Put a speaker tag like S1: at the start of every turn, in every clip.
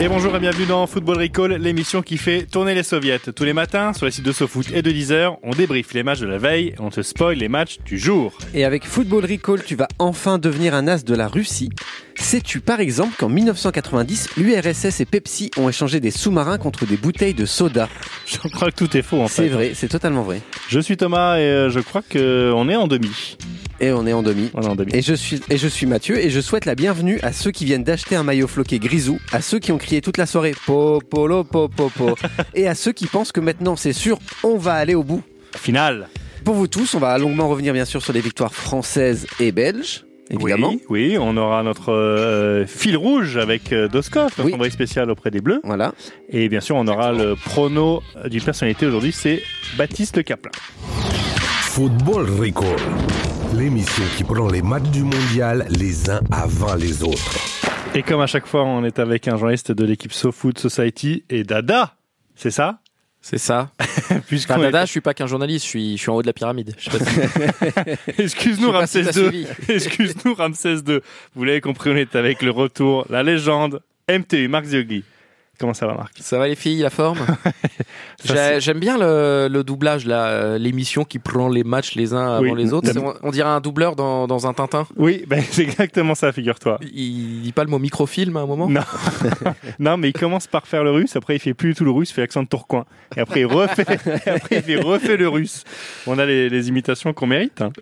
S1: Et bonjour et bienvenue dans Football Recall, l'émission qui fait tourner les soviets. Tous les matins, sur les sites de SoFoot et de Deezer, on débriefe les matchs de la veille et on te spoil les matchs du jour.
S2: Et avec Football Recall, tu vas enfin devenir un as de la Russie. Sais-tu par exemple qu'en 1990, l'URSS et Pepsi ont échangé des sous-marins contre des bouteilles de soda
S1: Je crois que tout est faux en
S2: C'est
S1: fait.
S2: vrai, c'est totalement vrai.
S1: Je suis Thomas et euh, je crois que on est en demi.
S2: Et on est en demi.
S1: On est en demi.
S2: Et je, suis, et je suis Mathieu et je souhaite la bienvenue à ceux qui viennent d'acheter un maillot floqué grisou, à ceux qui ont crié toute la soirée popolo popopo et à ceux qui pensent que maintenant c'est sûr, on va aller au bout.
S1: Finale.
S2: Pour vous tous, on va longuement revenir bien sûr sur les victoires françaises et belges, évidemment.
S1: Oui, oui, on aura notre euh, fil rouge avec euh, Doskov, notre
S2: Oui.
S1: envoyé spécial auprès des Bleus.
S2: Voilà.
S1: Et bien sûr, on aura le prono d'une personnalité aujourd'hui, c'est Baptiste Le Caplin.
S3: Football Recall. L'émission qui prend les matchs du mondial les uns avant les autres.
S1: Et comme à chaque fois, on est avec un journaliste de l'équipe SoFood Society et Dada, c'est ça
S4: C'est ça.
S1: Puisqu'on
S4: Enfin,
S1: est-
S4: Dada, je suis pas qu'un journaliste, je suis, je suis en haut de la pyramide. Je sais pas si- je
S1: Excuse-nous
S4: sais pas si
S1: Ramsès
S4: t'as
S1: II.
S4: suivi.
S1: Excuse-nous Ramsès II. Vous l'avez compris, on est avec le retour, la légende, MTU, Marc Ziogli. Comment ça va Marc
S4: Ça va les filles, la forme J'ai-
S1: c'est-
S4: J'aime bien le, le doublage, là, euh, l'émission qui prend les matchs les uns avant
S1: Oui.
S4: les autres.
S1: T'as-
S4: C'est- On, on dirait un doubleur dans, dans un Tintin.
S1: Oui, ben, c'est exactement ça, figure-toi.
S4: Il dit pas le mot microfilm à un moment
S1: Non. non, mais il commence par faire le russe, après il fait plus du tout le russe, il fait l'accent de Tourcoing. Et après il refait, et après, il fait refait le russe. On a les, les imitations qu'on mérite. hein.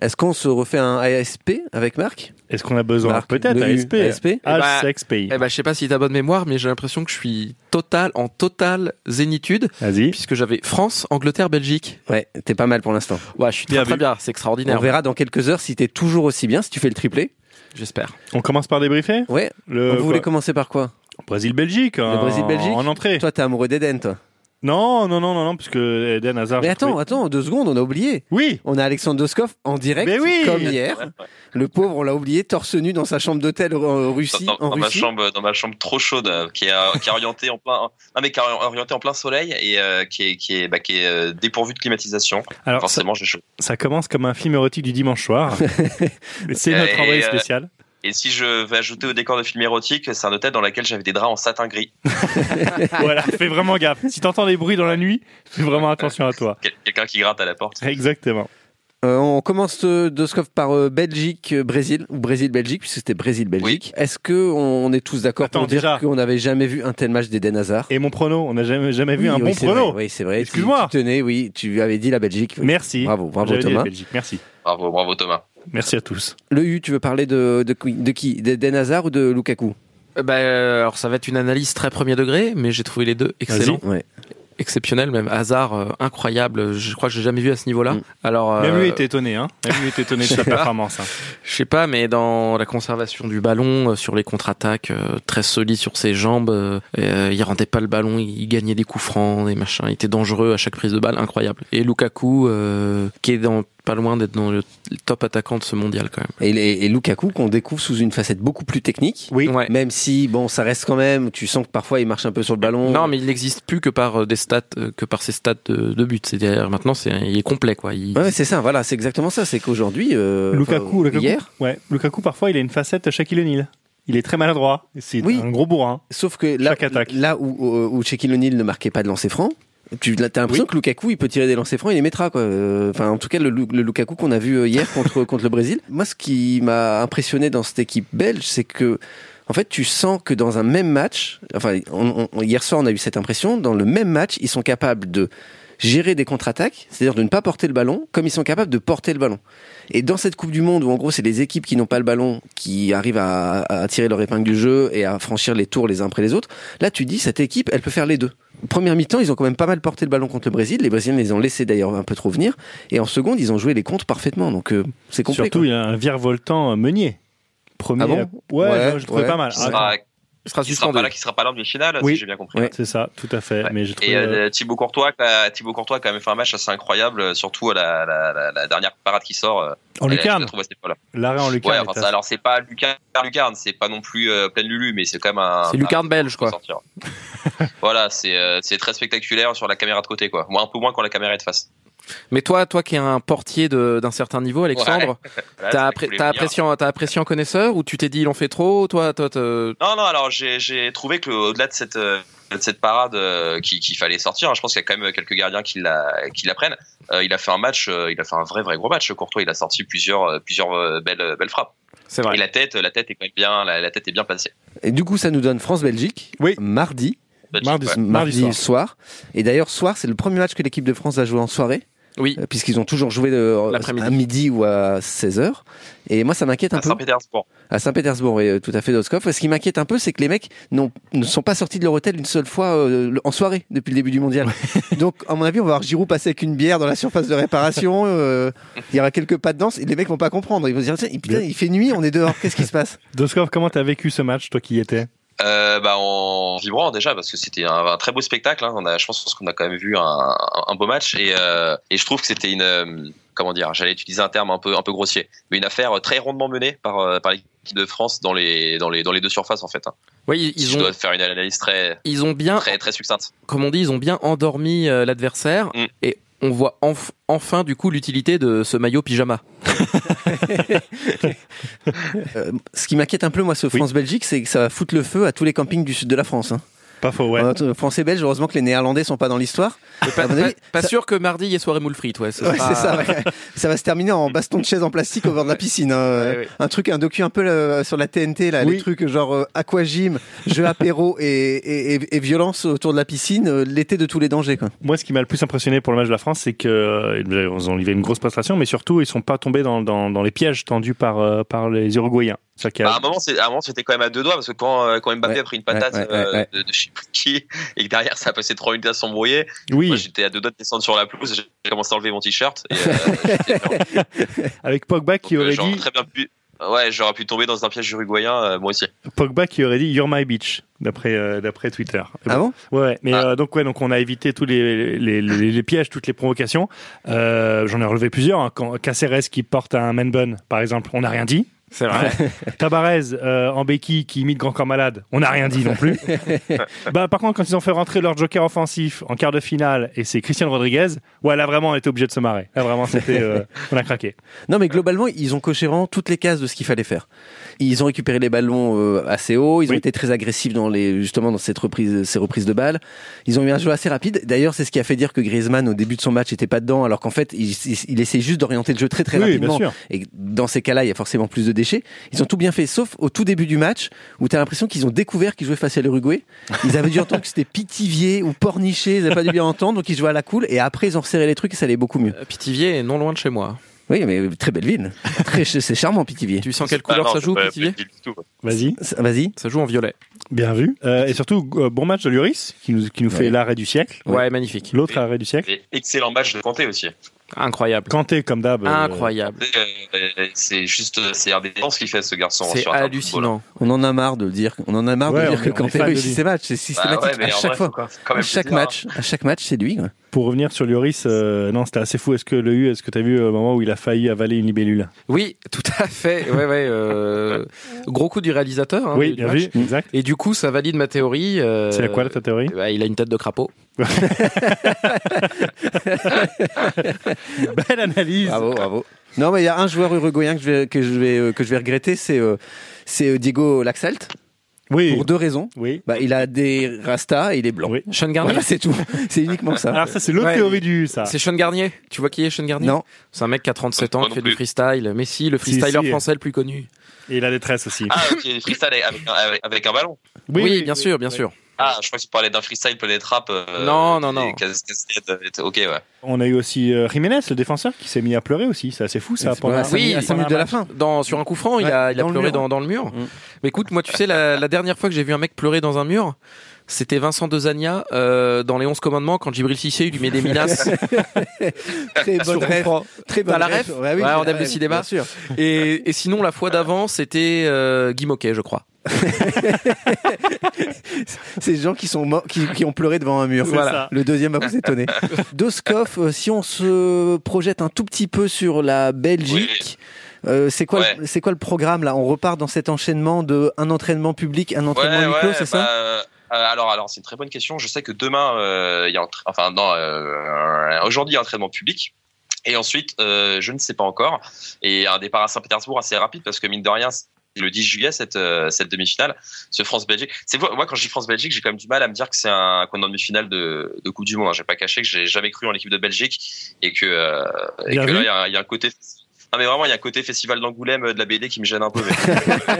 S2: Est-ce qu'on se refait un ASP avec Marc
S1: Est-ce qu'on a besoin
S2: Marc,
S1: Peut-être
S2: le
S1: à SP.
S2: ASP.
S1: ASP.
S4: Eh ben, Eh ben, je sais pas si t'as bonne mémoire, mais j'ai l'impression que je suis total, en totale zénitude,
S1: Vas-y.
S4: puisque j'avais France, Angleterre, Belgique.
S2: Ouais, t'es pas mal pour l'instant.
S4: Ouais, je suis
S1: Bien
S4: très, très
S1: vu.
S4: bien, c'est
S2: On
S4: extraordinaire,
S2: verra dans quelques heures si t'es toujours aussi bien, si tu fais le triplé.
S4: j'espère.
S1: On commence par débriefer
S2: Ouais.
S1: le
S2: Vous voulez commencer par quoi
S1: Brésil-Belgique. hein,
S2: Le Brésil-Belgique
S1: En entrée.
S2: Toi, t'es amoureux d'Eden, toi.
S1: Non, non, non, non, non, parce que Eden Hazard. Ah,
S2: Mais
S1: j'ai
S2: attends,
S1: trouvé-
S2: attends, deux secondes, on a oublié.
S1: Oui.
S2: On a Alexandre Doskov en direct,
S1: Mais oui
S2: comme hier. Le pauvre, on l'a oublié, torse nu dans sa chambre d'hôtel euh, en Russie.
S5: dans,
S2: en
S5: dans ma
S2: Russie.
S5: chambre dans ma chambre trop chaude euh, qui est, euh, qui est orientée en plein non, mais qui est orientée en plein soleil et euh, qui est qui est bah, qui est euh, dépourvue de climatisation
S1: Alors, ça,
S5: forcément j'ai chaud
S1: ça commence comme un film érotique du dimanche soir. C'est notre
S5: Et,
S1: envoyé
S5: euh,
S1: spécial.
S5: et si je vais ajouter au décor de film érotique c'est un hôtel dans lequel j'avais des draps en satin gris
S2: Ah.
S1: voilà, fais vraiment gaffe. Si t'entends des bruits dans la nuit, fais vraiment attention à toi.
S5: Quel- quelqu'un qui gratte à la porte
S1: Exactement.
S2: Euh, on commence euh, Doskov par euh, Belgique, euh, Brésil, ou Brésil-Belgique, puisque c'était Brésil-Belgique. Est-ce que on on est tous d'accord
S1: Attends,
S2: pour dire
S1: déjà.
S2: qu'on n'avait jamais vu un tel match d'Eden Hazard
S1: Et mon prono, on n'a jamais, jamais vu
S2: Oui,
S1: un
S2: oui,
S1: bon
S2: c'est
S1: prono.
S2: vrai, Oui, c'est vrai. Tu-
S1: Excuse-moi.
S2: Tu tenais, oui, tu avais dit la Belgique. oui.
S1: Merci.
S2: Bravo, bravo
S1: J'avais dit la
S2: Thomas.
S1: Belgique. Merci.
S5: bravo bravo Thomas
S1: Merci à tous.
S2: Le U, tu veux parler de, de, qui- de qui D'Eden Hazard ou de Lukaku
S4: Euh, bah, euh, alors, ça va être une analyse très premier degré, mais j'ai trouvé les deux excellents.
S2: Ouais.
S4: exceptionnel, même hasard euh, incroyable. Je crois que j'ai jamais vu à ce niveau-là.
S2: Mm.
S4: Alors, euh,
S1: Même lui était étonné, hein. Même lui était étonné de
S4: je
S1: sa
S4: sais pas.
S1: performance. hein.
S4: je sais pas, mais dans la conservation du ballon, euh, sur les contre-attaques, euh, très solide sur ses jambes, euh, euh, il rendait pas le ballon, il gagnait des coups francs, des machins. Il était dangereux à chaque prise de balle, incroyable. Et Lukaku, euh, qui est dans pas loin d'être dans le top attaquant de ce mondial quand même.
S2: Et, et- et Lukaku qu'on découvre sous une facette beaucoup plus technique.
S1: Oui.
S4: Ouais.
S2: Même si, bon, ça reste quand même, tu sens que parfois il marche un peu sur le ballon.
S4: Non, mais il n'existe plus que par euh, des stats, euh, que par ses stats de, de but. C'est-à-dire maintenant, c'est il est complet quoi. Il-
S2: Ouais, c'est ça, voilà, c'est exactement ça. C'est qu'aujourd'hui, euh,
S1: Lukaku,
S2: enfin,
S1: Lukaku.
S2: hier,
S1: Ouais. Lukaku, parfois, il a une facette Shaquille O'Neal. Il est très maladroit. C'est
S2: Oui.
S1: un gros bourrin.
S2: sauf que là,
S1: Chaque attaque.
S2: là où, où, où Shaquille O'Neal ne marquait pas de lancer franc, tu as l'impression que Lukaku, il peut tirer des lancers francs, il les mettra quoi. Euh, Enfin, en tout cas, le, Lu- le Lukaku qu'on a vu euh, hier contre contre le Brésil. Moi, ce qui m'a impressionné dans cette équipe belge, c'est que en fait, tu sens que dans un même match, enfin, on- on- hier soir, on a eu cette impression, dans le même match, ils sont capables de gérer des contre-attaques, c'est-à-dire de ne pas porter le ballon, comme ils sont capables de porter le ballon. Et dans cette Coupe du Monde, où en gros, c'est les équipes qui n'ont pas le ballon qui arrivent à, à tirer leur épingle du jeu et à franchir les tours les uns après les autres, là, tu dis, cette équipe, elle peut faire les deux. Première mi-temps, ils ont quand même pas mal porté le ballon contre le Brésil. Les Brésiliens les ont laissés d'ailleurs un peu trop venir. Et en seconde, ils ont joué les comptes parfaitement. Donc, euh, c'est complet.
S1: Surtout,
S2: quoi.
S1: il y a un virevoltant euh, Meunier. Premier.
S2: Ah bon
S1: euh, ouais,
S2: Ouais,
S1: je, je trouvais
S2: ouais.
S1: pas mal.
S2: Ça
S5: qui sera
S4: Il sera
S5: qui sera
S4: suspendu.
S5: pas là, qui sera pas là de finale,
S1: Oui.
S5: si j'ai bien compris.
S2: Ouais.
S1: C'est ça, tout à fait.
S5: Ouais.
S1: Mais j'ai trouvé.
S5: Et
S1: euh,
S5: euh, Thibaut Courtois, euh, Thibaut Courtois a quand même fait un match assez incroyable, euh, surtout à la, la, la, la dernière parade qui sort. euh,
S1: en
S5: elle- je
S1: lucarne.
S5: la trouve assez folle.
S1: L'arrêt en
S5: Ouais,
S1: lucarne.
S5: enfin,
S1: est
S5: ça- alors c'est pas Lucarne, Lucarne, c'est pas non plus euh, pleine Lulu, mais c'est quand même un.
S4: C'est Lucarne belge,
S5: un-
S4: quoi.
S5: sortir. voilà, c'est euh, c'est très spectaculaire sur la caméra de côté, quoi. Moi, un peu moins quand la caméra est de face.
S4: Mais toi, toi qui es un portier de- d'un certain niveau, Alexandre,
S5: Voilà, c'est
S4: t'as
S5: ça
S4: appré-
S5: que je voulais
S4: t'as
S5: vous dire.
S4: apprécié, en- t'as apprécié en connaisseur ou tu t'es dit il en fait trop Toi, euh, toi, te-
S5: Non, non, alors j'ai- j'ai trouvé que au-delà de cette, euh, de cette parade euh, qui- qu'il fallait sortir, hein, je pense qu'il y a quand même quelques gardiens qui la, qui la prennent. Euh, il a fait un match, euh, il a fait un vrai, vrai gros match. Courtois, il a sorti plusieurs, euh, plusieurs euh, belles, belles frappes.
S4: c'est vrai.
S5: Et la tête, la tête est quand même bien, la, la tête est bien placée.
S2: Et du coup, ça nous donne France-Belgique.
S1: Oui.
S2: Mardi.
S1: Mardi,
S5: Ouais.
S1: Mardi soir.
S2: soir. Et d'ailleurs, soir, c'est le premier match que l'équipe de France va jouer en soirée,
S4: Oui,
S2: euh, puisqu'ils ont toujours joué euh,
S4: L'après-midi.
S2: à midi ou à 16h. Et moi, ça m'inquiète un
S5: à
S2: peu.
S5: Saint-Pétersbourg.
S2: À Saint-Pétersbourg, oui, euh, tout à fait, Doskov. Ce qui m'inquiète un peu, c'est que les mecs n'ont- ne sont pas sortis de leur hôtel une seule fois euh, le- en soirée depuis le début du mondial. Donc, à mon avis, on va voir Giroud passer avec une bière dans la surface de réparation. euh, Il y aura quelques pas de danse et les mecs vont pas comprendre. Ils vont se dire, Tiens, il- putain, il fait nuit, on est dehors, qu'est-ce qui se passe
S1: Doskov, comment t'as vécu ce match, toi qui y étais
S5: Euh, bah, en vibrant déjà parce que c'était un, un très beau spectacle. hein. On a, je pense qu'on a quand même vu un, un- un beau match et, euh, et je trouve que c'était une, euh, comment dire, j'allais utiliser un terme un peu un peu grossier, mais une affaire très rondement menée par euh, par l'équipe de France dans les dans les dans les deux surfaces en fait. hein.
S4: oui, ils-
S5: Si
S4: ils
S5: je
S4: ont,
S5: dois faire une analyse très
S4: ils ont bien,
S5: très très succincte.
S4: comme on dit, ils ont bien endormi euh, l'adversaire
S5: Mm.
S4: et on voit enf- enfin du coup l'utilité de ce maillot pyjama.
S2: Euh, Ce qui m'inquiète un peu, moi, ce France-Belgique, c'est que ça va foutre le feu à tous les campings du sud de la France. hein.
S1: Pas faux, ouais.
S2: Euh, Français belges, heureusement que les Néerlandais sont pas dans l'histoire.
S4: Pas,
S2: À mon avis,
S4: pas- pas sûr que mardi il y ait soirée moule frite, ouais. ce
S2: Ouais,
S4: sera-
S2: c'est ça. ouais. Ça va se terminer en baston de chaise en plastique au bord de la piscine. hein.
S4: Ouais, ouais.
S2: Un truc, un docu un peu euh, sur la TNT, là,
S1: Oui.
S2: les trucs genre euh, aquagym, jeu apéro et, et, et- et violence autour de la piscine, euh, l'été de tous les dangers. Quoi.
S1: Moi, ce qui m'a le plus impressionné pour le match de la France, c'est que euh, ils ont livré une grosse prestation, mais surtout, ils sont pas tombés dans, dans, dans les pièges tendus par, euh, par les Uruguayens. C'est-à-dire qu'il y a-
S5: Bah, à un moment, c'est- à un moment, c'était quand même à deux doigts parce que quand euh, quand Mbappé
S2: Ah. Ouais,
S5: a pris une patate
S2: ouais, ouais,
S5: euh,
S2: ouais.
S5: de, de je sais plus qui et que derrière ça a passé trois minutes à s'embrouiller, moi
S1: oui,
S5: j'étais à deux doigts de descendre sur la pelouse, j'ai commencé à enlever mon t-shirt. et, euh,
S1: avec Pogba qui
S5: Donc, euh,
S1: aurait
S5: j'aurais
S1: dit,
S5: très bien pu- Ouais, j'aurais pu tomber dans un piège uruguayen, euh, moi aussi.
S1: Pogba qui aurait dit You're my bitch, d'après euh, d'après Twitter.
S2: Ah bon
S1: Ouais, ouais. mais
S5: Ah.
S1: euh, donc ouais, donc on a évité tous les les, les, les pièges, toutes les provocations. Euh, J'en ai relevé plusieurs. hein. Quand Caceres qui porte un man bun, par exemple, on n'a rien dit.
S4: C'est vrai.
S1: Tabarez euh, en béquille qui imite Grand Corps Malade, on n'a rien dit non plus. bah par contre, quand ils ont fait rentrer leur joker offensif en quart de finale et c'est Christian Rodriguez, ouais là vraiment on était obligé de se marrer. Là vraiment c'était, euh, on a craqué.
S2: Non, mais globalement, ils ont coché vraiment toutes les cases de ce qu'il fallait faire. Ils ont récupéré les ballons euh, assez haut, ils
S1: Oui.
S2: ont été très agressifs dans les, justement dans cette reprise, ces reprises de balles. Ils ont eu un jeu assez rapide. D'ailleurs, c'est ce qui a fait dire que Griezmann, au début de son match, était pas dedans, alors qu'en fait, il, il- il essayait juste d'orienter le jeu très très
S1: oui, bien
S2: rapidement.
S1: sûr.
S2: Et dans ces cas-là, il y a forcément plus de déchets. Ils ont tout bien fait, sauf au tout début du match, où tu as l'impression qu'ils ont découvert qu'ils jouaient face à l'Uruguay. Ils avaient dû entendre que c'était Pitivier ou Pornichet, ils avaient pas dû bien entendre, donc ils jouaient à la cool. Et après, ils ont resserré les trucs et ça allait beaucoup mieux.
S4: Euh, Pithiviers est non loin de chez moi.
S2: Oui, mais très belle ville. Très, ch- c'est charmant, Pitivier.
S4: Tu sens quelle
S5: Ah
S4: couleur
S5: non,
S4: ça
S5: c'est
S4: joue,
S5: pas-
S4: Pithivier
S5: pas du tout, quoi.
S1: Vas-y,
S2: Ça- Vas-y.
S4: Ça joue en violet.
S1: bien vu. Euh, et surtout euh, bon match de Lloris qui nous qui nous fait
S2: Ouais.
S1: l'arrêt du siècle,
S4: Ouais, magnifique.
S1: l'autre arrêt du siècle.
S5: Et excellent match de Kanté aussi.
S4: Incroyable.
S1: Kanté comme d'hab. euh,
S4: Ah, Incroyable.
S5: Euh, C'est juste, c'est indépendant ce qu'il fait ce garçon.
S4: C'est
S5: sur un terrain de football.
S4: hallucinant.
S2: On en a marre de le dire. On en a marre
S1: Ouais,
S2: de
S1: on
S2: dire
S1: est-
S2: que
S1: on
S2: quand
S1: est fan de lui.
S2: réussit ses matchs, c'est
S5: Bah
S2: systématique
S5: ouais, mais
S2: à
S5: en
S2: chaque
S5: vrai,
S2: fois.
S5: faut quand- quand
S2: À
S5: même
S2: chaque
S5: le dire, hein.
S2: match, à chaque match, c'est lui. quoi.
S1: Pour revenir sur Lloris, euh, non c'était assez fou. Est-ce que le U, est-ce que t'as vu euh, le moment où il a failli avaler une libellule
S4: Oui, tout à fait. Ouais, ouais. euh, Gros coup du réalisateur. hein,
S1: Oui,
S4: du
S1: bien
S4: match.
S1: vu, exact.
S4: Et du coup, ça valide ma théorie. euh,
S1: C'est à quoi là, ta théorie
S4: bah, Il a une tête de crapaud.
S1: Belle analyse.
S2: Bravo, bravo. Non, mais il y a un joueur uruguayen que je vais, que je vais, euh, que je vais regretter, c'est euh, c'est euh, Diego Laxalt,
S1: Oui.
S2: pour deux raisons.
S1: Oui.
S2: Bah, il a des rastas et il est blanc.
S1: Oui.
S4: Sean Garnier.
S2: Voilà, c'est tout. C'est uniquement ça.
S1: Alors ça c'est l'autre
S4: Ah. Ouais.
S1: théorie du ça.
S4: C'est Sean Garnier. Tu vois qui est Sean Garnier
S2: Non,
S4: C'est un mec qui a 37 ans,
S5: Moi
S4: qui
S5: non
S4: fait du
S5: plus.
S4: freestyle. Mais si, le
S1: Si,
S4: freestyler
S1: si.
S4: français le plus connu.
S1: Et la détresse aussi.
S5: Ah, ok, freestyle avec un, avec- avec un ballon.
S4: Oui, bien sûr, bien
S1: oui.
S4: sûr.
S5: Ah, je crois que tu parlais d'un freestyle planète rap. euh,
S4: Non, non,
S5: et
S4: non.
S5: Cas- Casquette, et tout. ok, ouais.
S1: On a eu aussi euh, Jiménez, le défenseur, qui s'est mis à pleurer aussi. C'est assez fou ça.
S2: c'est pas- à cinq
S4: Oui,
S2: minutes- à cinq
S1: pendant
S2: minutes de
S1: un
S2: la
S1: match.
S2: fin.
S4: Dans, sur un coup franc, il
S2: Ouais,
S4: a, il a
S2: dans le
S4: pleuré
S2: mur.
S4: dans, dans le mur.
S2: Mm.
S4: Mais écoute, moi, tu sais, la, la dernière fois que j'ai vu un mec pleurer dans un mur, c'était Vincent Dezania euh, dans Les 11 Commandements quand Djibril Cissé lui met des menaces.
S2: très bonne
S4: Sur
S2: ref. Très bonne
S4: T'as la
S2: ref.
S4: ref
S2: Ouais, oui,
S4: Ouais,
S2: j'ai
S4: on
S2: la
S4: aime le
S2: ref,
S4: cinéma.
S2: Bien sûr.
S4: et, et sinon, la fois d'avant, c'était euh, Guy Moquet, je crois.
S2: Ces gens qui, sont morts- qui, qui ont pleuré devant un mur.
S1: C'est
S2: Voilà.
S1: ça.
S2: Le deuxième va vous étonner. Doskov, euh, si on se projette un tout petit peu sur la Belgique. euh, c'est quoi, le- c'est quoi le programme là On repart dans cet enchaînement de un entraînement public, un entraînement
S5: Ouais,
S2: huis clos,
S5: ouais,
S2: c'est
S5: bah,
S2: ça
S5: euh, alors, alors c'est une très bonne question. Je sais que demain, euh, il y a entra- enfin non, euh, aujourd'hui, il y a entraînement public. Et ensuite, euh, je ne sais pas encore. Et un départ à Saint-Pétersbourg assez rapide parce que mine de rien, c'est le 10 juillet, cette, euh, cette demi-finale, ce France-Belgique. C'est moi, moi, quand je dis France-Belgique, j'ai quand même du mal à me dire que c'est un qu'on est en demi-finale de, de Coupe du Monde. hein. J'ai pas caché que j'ai jamais cru en l'équipe de Belgique et que, euh, et
S1: Bien
S5: que
S1: vu.
S5: là, il y a- il y, a un côté. Non mais vraiment, il y a un côté festival d'Angoulême euh, de la BD qui me gêne un peu. mais-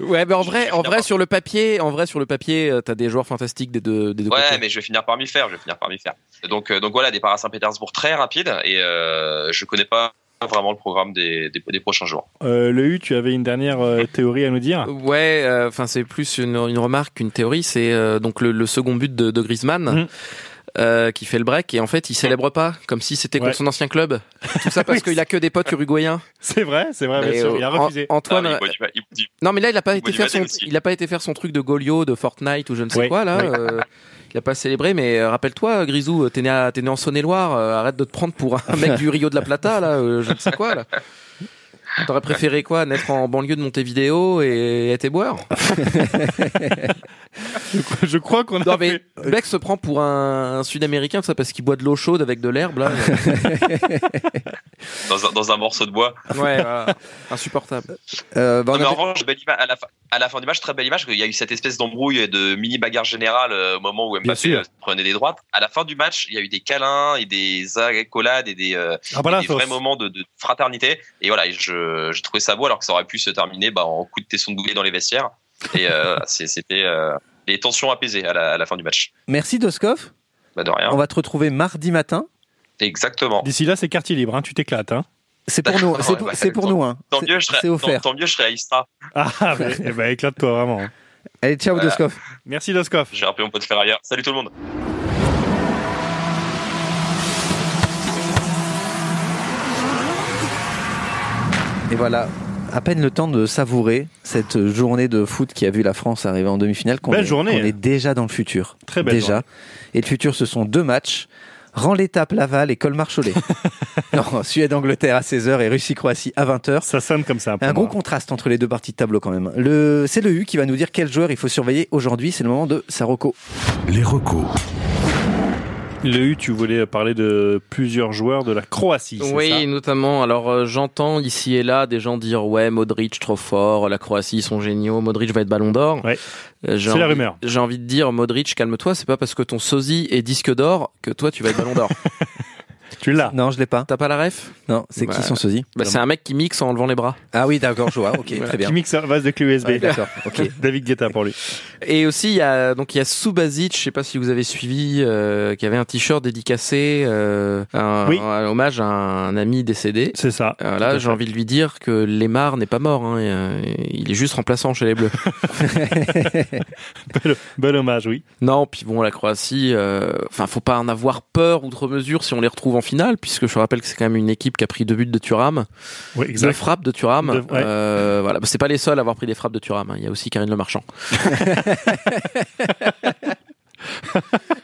S4: Ouais, mais en vrai, en
S5: D'accord.
S4: vrai sur le papier, en vrai sur le papier, euh, t'as des joueurs fantastiques des deux, des deux
S5: Ouais,
S4: côtés.
S5: mais je vais finir par m'y faire. Je vais finir par m'y faire. Donc, euh, donc voilà, départ à Saint-Pétersbourg très rapide et euh, je connais pas vraiment le programme des, des, des prochains jours.
S1: Euh, le U, tu avais une dernière euh, théorie à nous dire
S4: Ouais, euh, enfin c'est plus une, une remarque qu'une théorie. C'est euh, donc le, le second but de, de Griezmann.
S1: Mhm.
S4: euh, qui fait le break et en fait il célèbre pas comme si c'était
S1: Ouais.
S4: contre son ancien club tout ça parce
S1: Oui,
S4: qu'il a que des potes uruguayens
S1: C'est vrai, c'est vrai, bien
S4: Et,
S1: sûr.
S4: euh,
S1: Il a
S4: An-
S1: refusé.
S4: Antoine
S5: Ah, il boit du- il boit du-
S4: non mais là il a pas
S5: il
S4: été
S5: boit du
S4: faire son
S5: Vatel aussi.
S4: il a pas été faire son truc de Golio de Fortnite ou je ne sais
S1: Oui,
S4: quoi là
S1: oui.
S4: euh, il a pas célébré mais euh, rappelle-toi Grisou euh, t'es né à- t'es né en Saône-et-Loire euh, arrête de te prendre pour un mec du Rio de la Plata là euh, je ne sais quoi là T'aurais préféré quoi Naître en banlieue de Montevideo et être boire
S1: Je crois qu'on a
S4: Non mais
S1: fait-
S4: le mec se prend pour un, un Sud-Américain, tout ça parce qu'il boit de l'eau chaude avec de l'herbe là.
S5: dans, un, dans un morceau de bois.
S4: ouais, voilà. insupportable.
S2: Euh, bah, on
S5: Non, mais
S2: a
S5: en
S2: fait-
S5: revanche, belle ima- à, la fin, à la fin du match, très belle image. Il y a eu cette espèce d'embrouille et de mini bagarre générale euh, au moment où
S1: Bien
S5: Mbappé
S1: sûr.
S5: euh, prenait des droites. À la fin du match, il y a eu des câlins et des accolades et des, euh,
S1: Ah bah là,
S5: des
S1: ça-
S5: vrais moments de, de fraternité. Et voilà, et je, je trouvais ça beau alors que ça aurait pu se terminer bah, en coup de tesson de boulet dans les vestiaires. Et euh, c'est- c'était euh, les tensions apaisées à la, à la fin du match.
S2: Merci Doskov.
S5: Bah, de rien.
S2: On va te retrouver mardi matin.
S5: Exactement.
S1: D'ici là, c'est quartier libre, hein, tu t'éclates. Hein.
S2: C'est pour nous. C'est pour,
S5: Ouais, bah,
S2: c'est pour
S5: tant-
S2: nous. Hein.
S5: Tant
S2: C'est-
S5: mieux, je serais,
S2: C'est offert.
S5: tant, tant mieux, je serais à Istra.
S1: Ah, bah, eh ben, éclate-toi vraiment.
S2: Allez, ciao
S5: Voilà.
S2: Doskov.
S1: Merci Doskov.
S5: J'ai rappelé mon pote Ferrailleur. Salut tout le monde.
S2: Et voilà, à peine le temps de savourer cette journée de foot qui a vu la France arriver en demi-finale. Qu'on
S1: Belle
S2: est,
S1: journée. hein.
S2: qu'on est déjà dans le futur.
S1: Très belle
S2: Déjà.
S1: journée.
S2: Et le futur, ce sont deux matchs. Rend l'étape Laval et Colmar-Cholet. non, Suède-Angleterre à 16h et Russie-Croatie à 20h.
S1: Ça sonne comme ça. pour
S2: Un gros
S1: moi.
S2: contraste entre les deux parties de tableau quand même. Le, c'est le U qui va nous dire quel joueur il faut surveiller aujourd'hui. C'est le moment de Saroko.
S3: Les recos.
S1: Le U, tu voulais parler de plusieurs joueurs de la Croatie. c'est
S4: Oui,
S1: ça
S4: notamment. Alors euh, j'entends ici et là des gens dire ouais, Modric trop fort, la Croatie ils sont géniaux, Modric va être Ballon d'Or.
S1: Ouais.
S4: Euh, j'ai
S1: C'est la
S4: envie-
S1: rumeur.
S4: J'ai envie de dire Modric, calme-toi, c'est pas parce que ton sosie est disque d'or que toi tu vas être Ballon d'Or.
S1: Tu l'as.
S2: Non, je l'ai pas.
S4: T'as pas la ref
S2: Non, c'est
S4: Bah,
S2: qui son sosie
S4: bah, C'est un mec qui mixe en levant les bras.
S2: Ah oui, d'accord, je vois. Ok, très bien.
S1: Qui mixe un vase de clé USB.
S2: Ouais, d'accord, ok.
S1: David Guetta pour lui.
S4: Et aussi, il y a, donc, il y a Subasic, je sais pas si vous avez suivi, euh, qui avait un t-shirt dédicacé, euh, un,
S1: Oui.
S4: un hommage à un ami décédé.
S1: C'est ça.
S4: Euh, là, j'ai envie de lui dire que Lemar n'est pas mort, hein, et, euh, il est juste remplaçant chez les Bleus.
S1: Bel, bel hommage, oui.
S4: non, puis bon, la Croatie, euh, enfin, faut pas en avoir peur outre mesure si on les retrouve en finale, puisque je rappelle que c'est quand même une équipe qui a pris deux buts de Thuram,
S1: Oui,
S4: deux
S1: exact.
S4: frappes de Thuram.
S1: Deux- ouais.
S4: Euh, voilà, Bah, c'est pas les seuls à avoir pris des frappes de Thuram. hein. Il y a aussi Karine Le Marchand.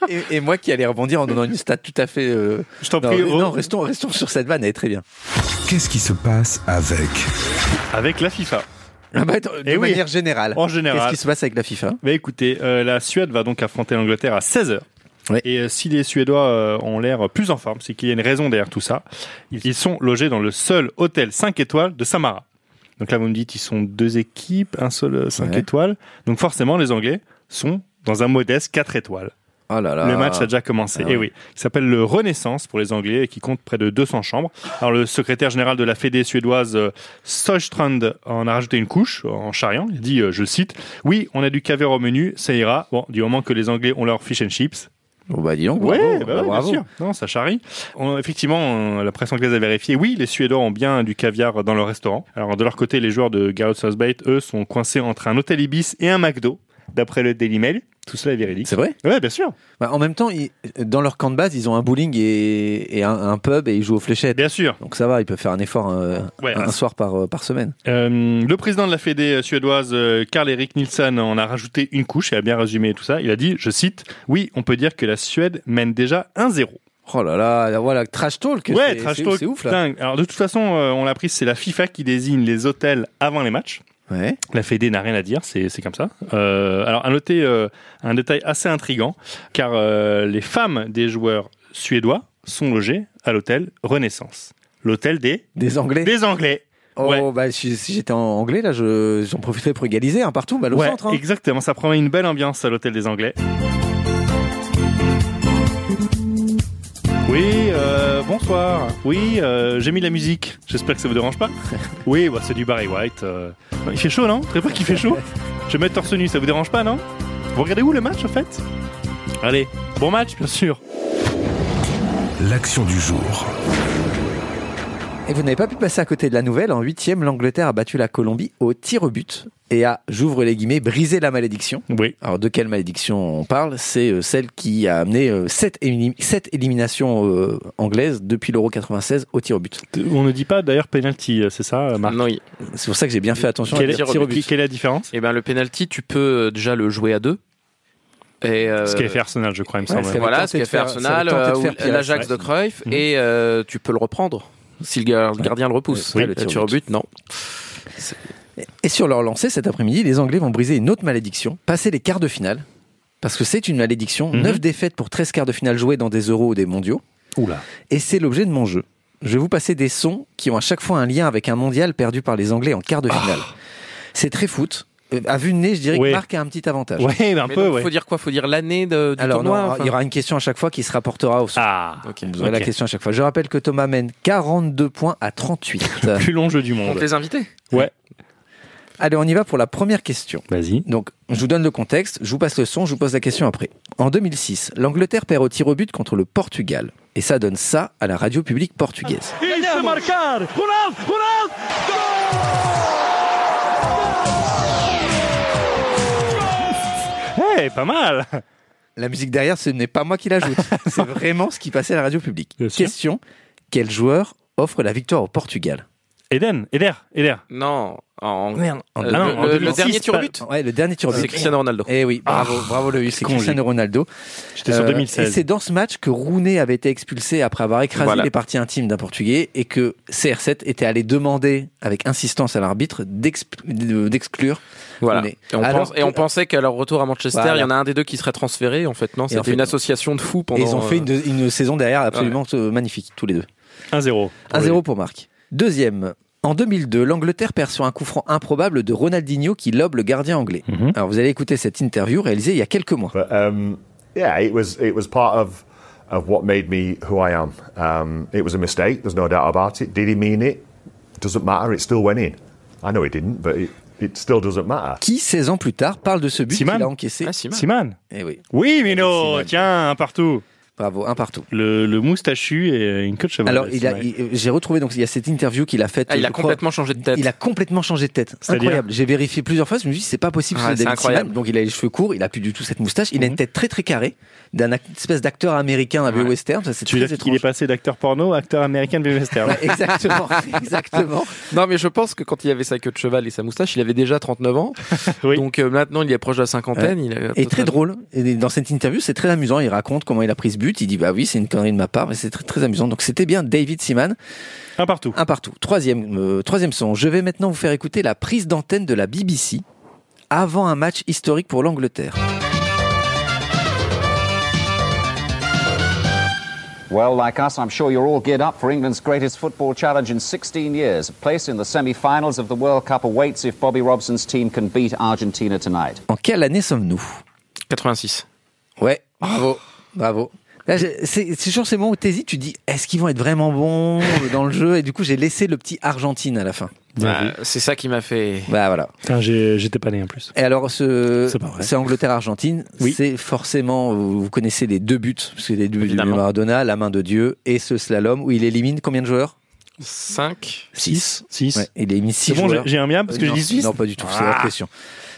S2: et, et moi qui allais rebondir en donnant une stat tout à fait. euh,
S1: Je t'en
S2: Non,
S1: prie,
S2: mais
S1: oh,
S2: non, restons, restons sur cette vanne, elle est très bien.
S3: Qu'est-ce qui se passe avec
S1: avec la FIFA.
S2: Ah bah, de de
S1: Eh oui.
S2: manière générale,
S1: En
S2: qu'est-ce
S1: général.
S2: qui se passe avec la FIFA
S1: Mais écoutez, euh, la Suède va donc affronter l'Angleterre à 16h.
S2: Ouais.
S1: Et euh, si les Suédois euh, ont l'air plus en forme, c'est qu'il y a une raison derrière tout ça. Ils ils sont logés dans le seul hôtel 5 étoiles de Samara. Donc là, vous me dites, ils sont deux équipes, un seul 5
S2: Ouais.
S1: étoiles. Donc forcément, les Anglais sont dans un modeste 4 étoiles.
S2: Oh là là.
S1: Le match a déjà commencé.
S2: Ah
S1: Et oui,
S2: ouais.
S1: il s'appelle le Renaissance pour les Anglais et qui compte près de 200 chambres. Alors le secrétaire général de la Fédé suédoise euh, Sjöstrand en a rajouté une couche en charriant. Il dit, euh, je cite, oui, on a du caviar au menu, ça ira. Bon, du moment que les Anglais ont leur fish and chips.
S2: Bon, bah dis donc,
S1: Ouais,
S2: bravo,
S1: bah
S2: bah,
S1: ouais, bien
S2: bravo.
S1: sûr. Non, ça charrie. On- effectivement, on- la presse anglaise a vérifié. Oui, les Suédois ont bien du caviar dans leur restaurant. Alors de leur côté, les joueurs de Gareth Southgate, eux, sont coincés entre un hôtel Ibis et un McDo. d'après le Daily Mail. Tout cela est véridique.
S6: C'est vrai
S1: Ouais, bien sûr.
S2: Bah, en même temps, ils- dans leur camp de base, ils ont un bowling et, et un, un pub et ils jouent aux fléchettes.
S1: Bien sûr.
S2: Donc ça va, ils peuvent faire un effort euh,
S1: Ouais,
S2: un
S1: un-
S2: soir par, euh, par semaine.
S1: Euh, le président de la Fédé suédoise, euh, Karl-Erik Nielsen, en a rajouté une couche et a bien résumé tout ça. Il a dit, je cite, Oui, on peut dire que la Suède mène déjà 1-0.
S2: Oh là là, voilà, trash talk.
S1: Ouais,
S2: c'est-
S1: trash
S2: c'est-
S1: talk.
S2: C'est ouf là.
S1: dingue. Alors, de toute façon, euh, on l'a pris, c'est la FIFA qui désigne les hôtels avant les matchs.
S2: Ouais.
S1: La Fédé n'a rien à dire, c'est c'est comme ça. Euh, alors, à noter euh, un détail assez intrigant, car euh, les femmes des joueurs suédois sont logées à l'hôtel Renaissance. L'hôtel des...
S2: Des Anglais.
S1: des Anglais.
S2: Oh,
S1: ouais.
S2: bah, si, si j'étais en anglais, là, je- j'en profiterais pour égaliser un partout, mal au
S1: ouais,
S2: centre. hein.
S1: exactement. Ça promet une belle ambiance à l'hôtel des Anglais. Oui, euh, bonsoir. Oui, euh, j'ai mis la musique. J'espère que ça vous dérange pas. Oui, bah, c'est du Barry White. euh. Il fait chaud, non Très pas qu'il fait chaud. Je vais mettre torse nu, ça vous dérange pas, non Vous regardez où le match, en fait Allez, bon match, bien sûr.
S7: L'action du jour.
S2: Et vous n'avez pas pu passer à côté de la nouvelle. En huitième, l'Angleterre a battu la Colombie au tir au but et a, j'ouvre les guillemets, brisé la malédiction.
S1: Oui,
S2: Alors de quelle malédiction on parle C'est euh, celle qui a amené euh, 7, éliminations euh, anglaises depuis l'Euro 96 au tir au but.
S1: on ne dit pas d'ailleurs penalty, euh, c'est ça, Marc
S4: Non, il-
S2: C'est pour ça que j'ai bien fait attention.
S1: Quelle
S2: à
S1: est,
S4: tir au but.
S1: quelle est la différence
S4: eh ben, le penalty, tu peux euh, déjà le jouer à deux. Et, euh,
S1: Ce qu'a fait Arsenal, je crois, il me
S2: Ouais,
S1: semble.
S2: c'est-
S4: Voilà,
S2: T'avais
S4: ce
S2: tenté
S4: qu'a
S2: de
S4: fait
S2: faire-
S4: Arsenal,
S2: t'avais tenté de
S4: euh,
S2: faire
S4: ou-
S2: Pires,
S4: l'Ajax de Cruyff,
S1: Mhm.
S4: et euh, tu peux le reprendre si le gar- le gardien le repousse.
S2: Oui,
S4: Oui,
S2: le
S4: le
S2: tir au
S4: tir au but, non.
S2: Et sur leur lancée cet après-midi, les Anglais vont briser une autre malédiction, passer les quarts de finale. Parce que c'est une malédiction.
S1: Mhm.
S2: 9 défaites pour 13 quarts de finale joués dans des euros ou des mondiaux.
S1: Oula.
S2: Et c'est l'objet de mon jeu. Je vais vous passer des sons qui ont à chaque fois un lien avec un mondial perdu par les Anglais en quart de finale.
S1: Ah.
S2: C'est très foot. Euh, À vue de nez, je dirais
S1: Ouais.
S2: que Marc a un petit avantage.
S1: Ouais, un
S4: Mais
S1: peu,
S4: donc,
S1: ouais.
S4: Faut dire quoi Faut dire l'année de, du
S2: Alors,
S4: tournoi
S2: non,
S4: enfin
S2: il y aura une question à chaque fois qui se rapportera au son.
S1: Ah,
S4: Ok.
S2: Vous aurez la
S1: ok.
S2: question à chaque fois. Je rappelle que Thomas mène 42 points à 38.
S1: plus long jeu du
S4: Contre
S1: monde.
S4: les invités
S2: Allez, on y va pour la première question.
S1: Vas-y.
S2: Donc, je vous donne le contexte, je vous passe le son, je vous pose la question après. En 2006, l'Angleterre perd au tir au but contre le Portugal. Et ça donne ça à la radio publique portugaise.
S1: Eh, pas mal
S2: La musique derrière, ce n'est pas moi qui l'ajoute. C'est vraiment ce qui passait à la radio publique.
S1: Bien sûr.
S2: Question quel joueur offre la victoire au Portugal
S1: Eden, Eder, Eder.
S4: Non. En...
S2: Merde. En
S4: Euh,
S2: deux-
S1: Ah non,
S4: le-
S1: en
S4: le,
S1: 2006,
S4: dernier tir au
S1: pas-
S4: but
S2: Ouais, le dernier tir au
S4: C'est
S2: but.
S4: Cristiano Ronaldo.
S2: Eh oui, bravo, bravo Loïc, c'est
S1: con, lui.
S2: Cristiano Ronaldo.
S1: J'étais sur
S2: Euh, Et
S1: 2016.
S2: c'est dans ce match que Rooney avait été expulsé après avoir écrasé
S4: Voilà.
S2: les parties intimes d'un Portugais et que CR7 était allé demander avec insistance à l'arbitre d'exp- de- d'exclure.
S4: Voilà.
S2: Rooney.
S4: Et on,
S2: Alors
S4: pense- et on
S2: que-
S4: pensait qu'à leur retour à Manchester, il
S2: Voilà.
S4: y en a un des deux qui serait transféré. En fait, non, c'était
S2: en fait,
S4: une
S2: non.
S4: association de fous
S2: Et
S4: pendant. euh,
S2: ils ont fait une, une saison derrière absolument euh, magnifique, tous les deux.
S1: 1-0.
S2: 1-0 pour Marc. Deuxième. En 2002, l'Angleterre perd sur un coup franc improbable de Ronaldinho qui lobe le gardien anglais.
S1: Mhm.
S2: Alors vous allez écouter cette interview réalisée il y a quelques mois.
S8: But um, yeah, it was it was part of of what made me who I am. Um, it was a mistake. There's no doubt about it. Did he mean it? Doesn't matter. It still went in. I know he didn't, but it, it still doesn't matter.
S2: Qui, 16 ans plus tard, parle de ce but qu'il
S1: Simon.
S2: a encaissé.
S4: Ah, si, mal.
S1: Siman
S2: Eh oui,
S1: Oui, Mino
S2: Simon.
S1: Tiens, un partout.
S2: bravo, un partout.
S1: Le, le moustachu et une queue de cheval.
S2: Alors, il a,
S1: Simon.
S2: il- euh, j'ai retrouvé, donc, il y a cette interview qu'il a faite.
S4: Ah, il
S2: je
S4: a
S2: crois.
S4: complètement changé de tête.
S2: Il a complètement changé de tête. C'est
S1: C'est-à-dire
S2: incroyable. J'ai vérifié plusieurs fois, je me suis dit, c'est pas possible,
S4: Ah,
S2: c'est
S4: c'est
S2: David Seaman.
S4: incroyable.
S2: Donc, il a les cheveux courts, il a plus du tout cette moustache, il a une
S1: Mhm.
S2: tête très très carrée, d'un ac- espèce d'acteur américain à vieux
S4: Ouais.
S2: western, ça c'est
S1: Tu veux
S2: très
S1: dire qu'il est
S2: étrange.
S1: passé d'acteur porno à acteur américain de Western
S2: Ouais, exactement, exactement.
S4: Non, mais je pense que quand il avait sa queue de cheval et sa moustache, il avait déjà 39 ans.
S1: Oui.
S4: Donc euh, maintenant, il est proche de la cinquantaine. Il a
S2: Et très
S4: totalement-
S2: drôle. Et dans cette interview, c'est très amusant. Il raconte comment il a pris ce but. Il dit, bah oui, c'est une connerie de ma part, mais c'est très, très amusant. Donc c'était bien David Seaman,
S1: Un partout.
S2: un partout. Troisième, euh, troisième son. Je vais maintenant vous faire écouter la prise d'antenne de la BBC avant un match historique pour l'Angleterre.
S9: Well, like us, I'm sure you're all geared up for England's greatest football challenge in 16 years. A place in the semi finals of the World Cup awaits if Bobby Robson's team can beat Argentina tonight.
S2: En quelle année sommes-nous
S4: 86.
S2: Ouais, bravo, bravo. Oh. Là, j'ai- c'est c'est toujours ces moments où t'hésites, tu dis est-ce qu'ils vont être vraiment bons dans le jeu Et du coup, j'ai laissé le petit Argentine à la fin.
S4: Ah, c'est ça qui m'a fait.
S2: Bah voilà.
S1: Putain, j'ai- j'étais pas né en plus.
S2: Et alors, ce,
S1: C'est pas vrai.
S2: c'est Angleterre-Argentine.
S1: Oui.
S2: C'est forcément, vous vous connaissez les deux buts, parce que les deux buts de
S4: Évidemment.
S2: Maradona, la main de Dieu et ce slalom où il élimine combien de joueurs
S4: 5.
S6: 6.
S1: 6.
S2: Ouais, il est mis 6
S1: C'est bon, j'ai-
S2: joueurs.
S1: j'ai un mien parce que
S2: Euh,
S1: j'ai
S2: non,
S1: dit 6.
S2: Non, pas du tout, c'est la question.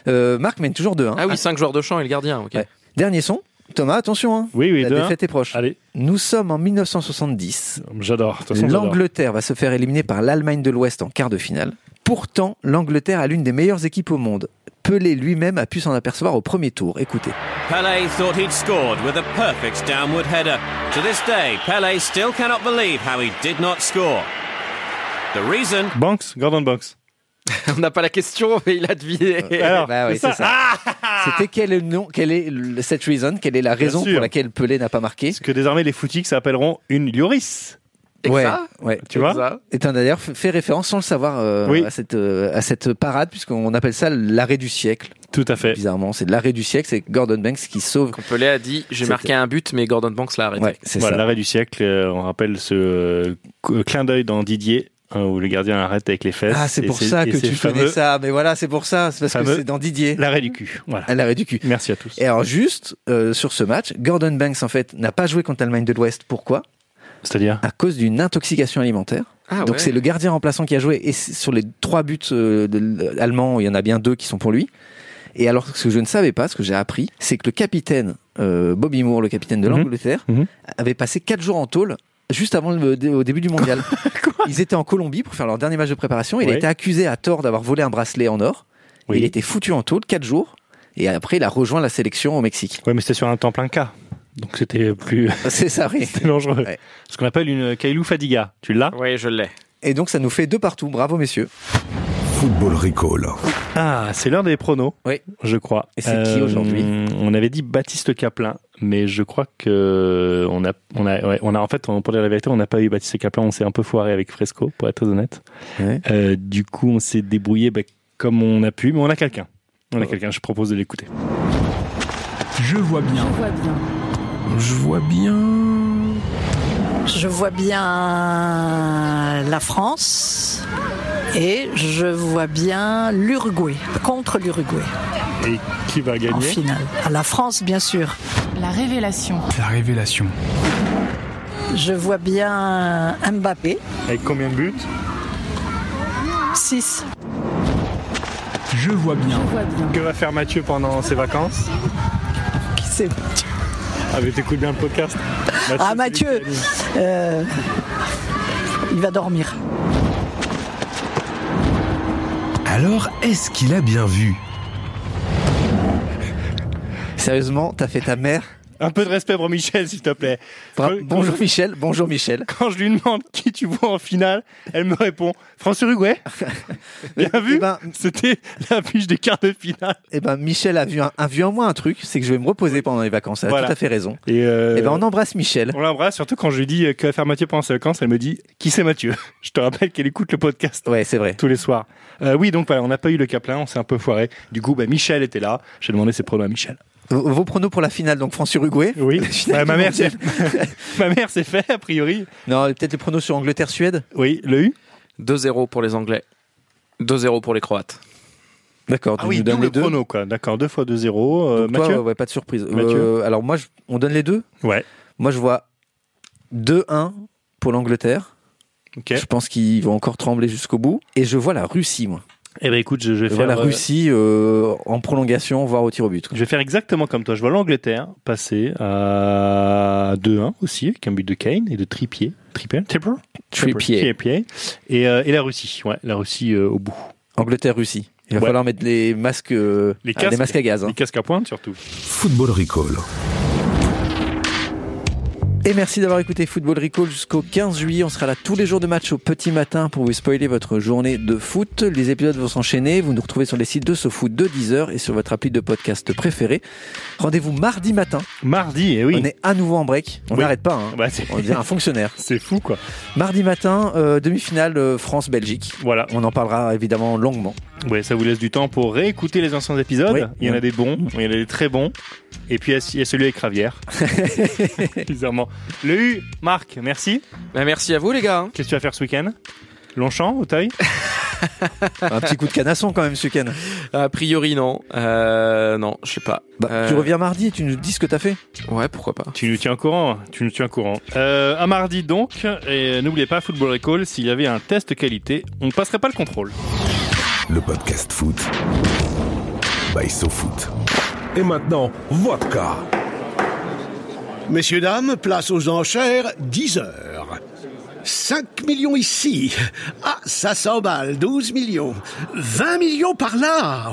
S2: Euh, Marc mène toujours 2 1.
S4: Ah oui, 5 joueurs de champ et le gardien, ok.
S2: Ouais. Dernier son. Thomas, attention, hein.
S1: Oui, oui,
S2: la
S1: deux, un.
S2: défaite est proche.
S1: Allez,
S2: Nous sommes en 1970.
S1: j'adore. De toute façon, j'adore.
S2: L'Angleterre va se faire éliminer par l'Allemagne de l'Ouest en quart de finale. Pourtant, l'Angleterre a l'une des meilleures équipes au monde. Pelé lui-même a pu s'en apercevoir au premier tour. Écoutez.
S10: Pele thought he'd scored with a perfect downward header. To this day, Pele still cannot believe how he did not score. The reason
S1: Banks, Gordon Banks.
S4: On n'a pas la question, mais il a deviné.
S1: Alors,
S2: Bah oui,
S1: c'est ça. Ah
S2: c'est ça. C'était quel est le nom, quelle est le- cette reason, quelle est la raison
S1: sûr.
S2: pour laquelle Pelé n'a pas marqué
S1: Parce que désormais, les footix s'appelleront une Lioris.
S4: Et
S2: Ouais,
S4: ça
S2: ouais.
S1: Tu vois
S4: Ça.
S2: Et t'en as d'ailleurs fait fait référence sans le savoir euh,
S1: Oui.
S2: à, cette, euh, à cette parade, puisqu'on appelle ça l'arrêt du siècle,
S1: Tout à fait.
S2: bizarrement. C'est l'arrêt du siècle, c'est Gordon Banks qui sauve.
S4: Quand Pelé a dit j'ai
S2: C'était-
S4: marqué un but, mais Gordon Banks l'a arrêté.
S2: Ouais, c'est
S1: Voilà,
S2: ça.
S1: l'arrêt du siècle. euh, on rappelle ce euh, cou- clin d'œil dans Didier, hein, où le gardien arrête avec les fesses.
S2: Ah, c'est
S1: Et
S2: pour ça
S1: et
S2: que
S1: c'est
S2: tu
S1: fameux
S2: connais ça. Mais voilà, c'est pour ça. C'est parce
S1: fameux-
S2: que c'est dans Didier.
S1: L'arrêt du cul. Voilà.
S2: à L'arrêt du cul.
S1: Merci à tous.
S2: Et alors, juste euh, sur ce match, Gordon Banks, en fait, n'a pas joué contre l'Allemagne de l'Ouest. Pourquoi
S1: C'est-à-dire
S2: À cause d'une intoxication alimentaire.
S4: Ah
S2: Donc,
S4: ouais.
S2: c'est le gardien remplaçant qui a joué. Et c'est- sur les trois buts euh, de l- allemands, il y en a bien deux qui sont pour lui. Et alors, ce que je ne savais pas, ce que j'ai appris, c'est que le capitaine, euh, Bobby Moore, le capitaine de
S1: Mhm.
S2: l'Angleterre,
S1: Mhm.
S2: avait passé quatre jours en tôle juste avant le, au début du mondial. Ils étaient en Colombie pour faire leur dernier match de préparation. Il
S1: Ouais.
S2: a été accusé à tort d'avoir volé un bracelet en or.
S1: Oui.
S2: Il était foutu en tôle quatre jours. Et après, il a rejoint la sélection au Mexique.
S1: Ouais, mais c'était sur un temps plein cas. Donc c'était plus
S2: C'est ça, oui.
S1: c'était dangereux.
S2: Ouais.
S1: Ce qu'on appelle une Kailou Fadiga. Tu l'as
S4: Oui, je l'ai.
S2: Et donc, ça nous fait deux partout. Bravo, messieurs.
S7: Football Recall.
S1: Ah, c'est l'heure des pronos.
S2: Oui.
S1: Je crois. Euh,
S2: Et c'est qui aujourd'hui
S1: On avait dit Baptiste Caplin, mais je crois que on a, on a, ouais, on a en fait, on- pour dire la vérité, on n'a pas eu Baptiste Caplin. On s'est un peu foiré avec Fresco, pour être très honnête.
S2: Ouais.
S1: Euh, du coup, on s'est débrouillé bah, comme on a pu, mais on a quelqu'un. On a quelqu'un. Je propose de l'écouter.
S11: Je vois bien.
S7: Je vois bien.
S12: Je vois bien la France et je vois bien l'Uruguay, contre l'Uruguay
S1: Et qui va
S12: en
S1: gagner
S12: finale. À la France, bien sûr.
S11: La révélation. La révélation.
S12: Je vois bien Mbappé,
S1: Avec combien de buts
S12: 6.
S11: Je vois bien.
S1: Que va faire Mathieu pendant ses vacances Ah, mais t'écoutes bien le podcast.
S12: Ah Mathieu, euh, il va dormir.
S7: Alors, est-ce qu'il a bien vu
S2: Sérieusement, t'as fait ta mère.
S1: Un peu de respect pour Michel, s'il te plaît.
S2: Bra-
S1: Oui.
S2: bonjour, Michel. Bonjour, Michel.
S1: Quand je lui demande qui tu vois en finale, elle me répond France-Uruguay. Bien vu
S2: Eh ben,
S1: C'était la fiche des quarts de finale.
S2: eh ben, Michel a vu un, a vu en moi un truc. C'est que je vais me reposer pendant les vacances. Elle a
S1: Voilà. Euh,
S2: tout à fait raison.
S1: Et
S2: Eh ben, on embrasse Michel.
S1: on l'embrasse, surtout quand je lui dis euh, que va faire Mathieu pendant ses vacances, elle me dit Qui c'est Mathieu Je te rappelle qu'elle écoute le podcast
S2: Ouais, c'est vrai.
S1: tous les soirs. Euh, oui, donc voilà, on n'a pas eu le Caplin, on s'est un peu foiré. Du coup, bah, Michel était là. J'ai demandé ses pronoms à Michel.
S2: Vos vos pronos pour la finale, donc France-Uruguay
S1: Oui,
S2: La finale
S1: Bah,
S2: du
S1: ma, mère,
S2: mondial.
S1: s'est- ma mère s'est fait, a priori.
S2: Non, peut-être les pronos sur Angleterre-Suède
S1: Oui, le U
S4: 2-0 pour les Anglais. 2-0 pour les Croates.
S2: D'accord, tu nous donnes
S1: double
S2: les deux.
S1: prono, quoi. D'accord, deux fois 2-0. Euh,
S2: Donc, toi,
S1: Mathieu
S2: ouais, ouais, pas de surprise. Euh,
S1: Mathieu
S2: alors, moi, je- on donne les deux
S1: euh, Ouais,
S2: Moi, je vois 2-1 pour l'Angleterre.
S1: ok.
S2: Je pense qu'ils vont encore trembler jusqu'au bout. Et je vois la Russie, moi.
S1: Eh ben écoute, je, je vais
S2: Je
S1: faire.
S2: vois la
S1: euh,
S2: Russie euh, en prolongation, voire au tir au but. quoi.
S1: Je vais faire exactement comme toi. Je vois l'Angleterre passer à 2-1 aussi, avec un but de Kane et de Trippier. Trippier Trippier
S2: Trippier.
S1: Trippier. Et, euh, et la Russie, ouais, la Russie euh, au bout.
S2: Angleterre-Russie. Il va
S1: Ouais.
S2: falloir mettre les masques, euh,
S1: Les
S2: ah, les
S1: casques.
S2: masques à gaz. hein.
S1: Les casques à pointe surtout.
S7: Football Recall.
S2: Et merci d'avoir écouté Football Recall jusqu'au 15 juillet. On sera là tous les jours de match au petit matin pour vous spoiler votre journée de foot. Les épisodes vont s'enchaîner. Vous nous retrouvez sur les sites de SoFoot de 10h et sur votre appli de podcast préféré. Rendez-vous mardi matin.
S1: Mardi, eh oui.
S2: On est à nouveau en break. On
S1: Oui.
S2: n'arrête pas. hein.
S1: Bah, c'est-
S2: On devient un fonctionnaire.
S1: c'est fou quoi.
S2: Mardi matin, euh, demi-finale euh, France-Belgique.
S1: Voilà.
S2: On en parlera évidemment longuement.
S1: Ouais, ça vous laisse du temps pour réécouter les anciens épisodes.
S2: Oui.
S1: Il y en a des bons, il y en a des très bons. Et puis il y a- il y a celui avec Ravière. Bizarrement. Le U, Marc, merci.
S4: Bah, merci à vous, les gars. hein.
S1: Qu'est-ce que tu vas faire ce week-end Longchamp, Auteuil
S2: Un petit coup de canasson quand même, ce Ken.
S4: A priori, non. Euh, non, je sais pas.
S2: Bah, Tu reviens mardi et tu nous dis ce que t'as fait
S4: Ouais, pourquoi pas.
S1: Tu nous tiens au courant, tu nous tiens au courant. Euh, à mardi donc, et n'oubliez pas, Football Recall, s'il y avait un test qualité, on ne passerait pas le contrôle.
S13: Le podcast foot by SoFoot. Et maintenant, vodka.
S3: Messieurs, dames, place aux enchères, 10 heures. 5 millions ici. Ah, ça s'emballe, 12 millions. 20 millions par là.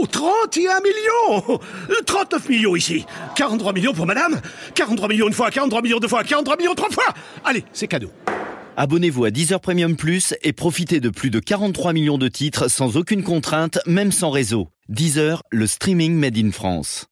S3: Oh, 31 millions. 39 millions ici. 43 millions pour madame. 43 millions une fois, 43 millions deux fois, 43 millions trois fois. Allez, c'est cadeau.
S12: Abonnez-vous à Deezer Premium Plus et profitez de plus de 43 millions de titres sans aucune contrainte, même sans réseau. Deezer, le streaming made in France.